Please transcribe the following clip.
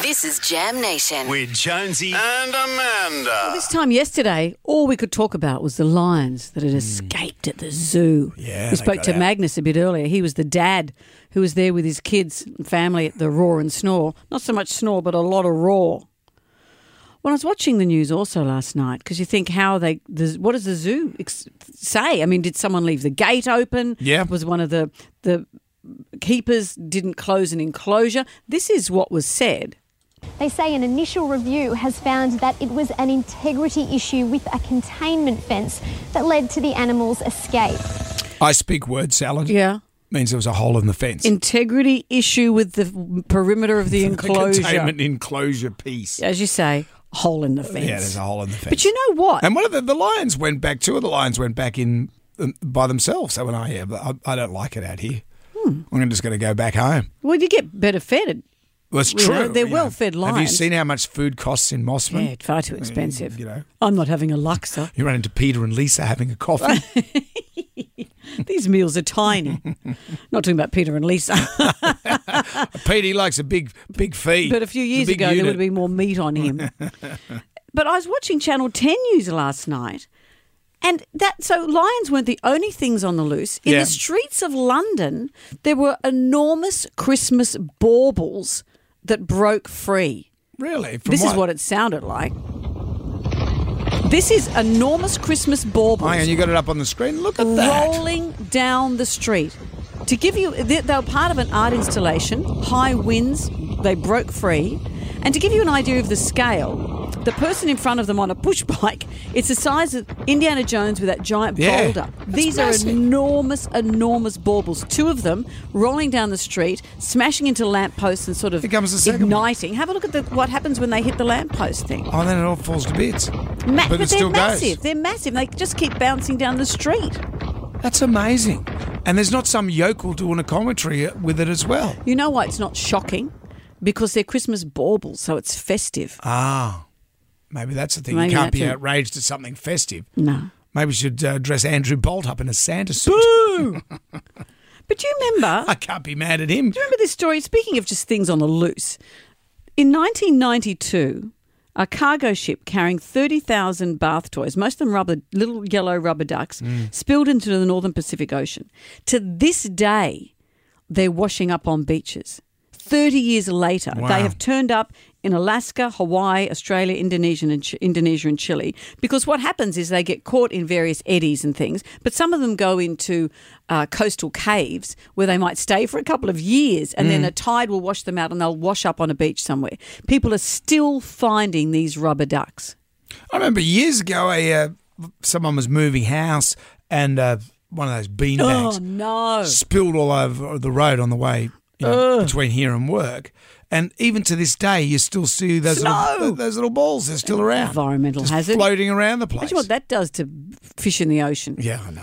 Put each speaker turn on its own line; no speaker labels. This is Jam Nation.
with Jonesy.
and Amanda.
This time yesterday, all we could talk about was the lions that had escaped at the zoo.
Hmm. Yeah,
we
they
spoke
got
to
out.
Magnus a bit earlier. He was the dad who was there with his kids and family at the roar and snore. Not so much snore, but a lot of roar. Well, I was watching the news also last night because you think how they, the, what does the zoo ex- say? I mean, did someone leave the gate open?
Yeah.
was one of the the keepers didn't close an enclosure. This is what was said.
They say an initial review has found that it was an integrity issue with a containment fence that led to the animal's escape.
I speak word salad.
Yeah.
Means there was a hole in the fence.
integrity issue with the perimeter of the
A containment
enclosure.
enclosure piece.
As you say, hole in the fence.
Yeah, there's a hole in the fence.
But you know what?
And one of the, the lions went back. Two of the lions went back in um, by themselves. They went, oh, yeah, but I, I don't like it out here.
Hmm.
I'm just going to go back home.
well, you get better fed.
Well, it's
You
true.
know, they're
you know.
well-fed
Have you
lions.
seen how much food costs in Mossman?
Yeah, far too expensive.
Uh, You know,
I'm not having a Luxor.
you run into Peter and Lisa having a coffee.
These meals are tiny. not talking about Peter and Lisa.
Peter he likes a big, big feed.
but a few years ago, there would have been more meat on him. but I was watching Channel 10 news last night. And that so lions weren't the only things on the loose. In
Yeah.
the streets of London, there were enormous Christmas baubles that broke free.
really. From
This is
what?
what it sounded like. This is enormous Christmas baubles
Hang on, you got it up on the screen. Look at that.
rolling down the street. To give you, they they were part of an art installation. High winds, they broke free, and to give you an idea of the scale, the person in front of them on a push bike, it's the size of Indiana Jones with that giant
Yeah,
boulder.
that's
These
massive.
are enormous, enormous baubles. Two of them rolling down the street, smashing into lampposts and sort of
Here comes the second one.
igniting. Have a look at the, what happens when they hit the lamppost thing.
Oh, then it all falls to bits.
Ma-
but,
but
it
they're
still
massive.
goes.
They're massive. They just keep bouncing down the street.
That's amazing. And there's not some yokel doing a commentary with it as well.
You know why it's not shocking? Because they're Christmas baubles, so it's festive.
Ah, maybe that's the thing.
Maybe
you can't be
that's it.
outraged at something festive.
No.
Maybe we should uh, dress Andrew Bolt up in a Santa suit.
But do you remember?
I can't be mad at him.
do you remember this story? Speaking of just things on the loose, in 1992, a cargo ship carrying 30,000 bath toys, most of them rubber, little yellow rubber ducks,
Mm.
spilled into the northern Pacific Ocean. To this day, they're washing up on beaches. 30 years later,
Wow.
they have turned up in Alaska, Hawaii, Australia, Indonesia and, Ch- Indonesia and Chile because what happens is they get caught in various eddies and things, but some of them go into uh, coastal caves where they might stay for a couple of years and then a tide will wash them out and they'll wash up on a beach somewhere. People are still finding these rubber ducks.
I remember years ago, a, uh, someone was moving house and uh, one of those bean bags
Oh, no.
spilled all over the road on the way you know, between here and work. And even to this day, you still see those little, those little balls. They're still around.
Environmental
Just
hazard.
floating around the place.
Imagine what that does to fish in the ocean.
yeah, I know.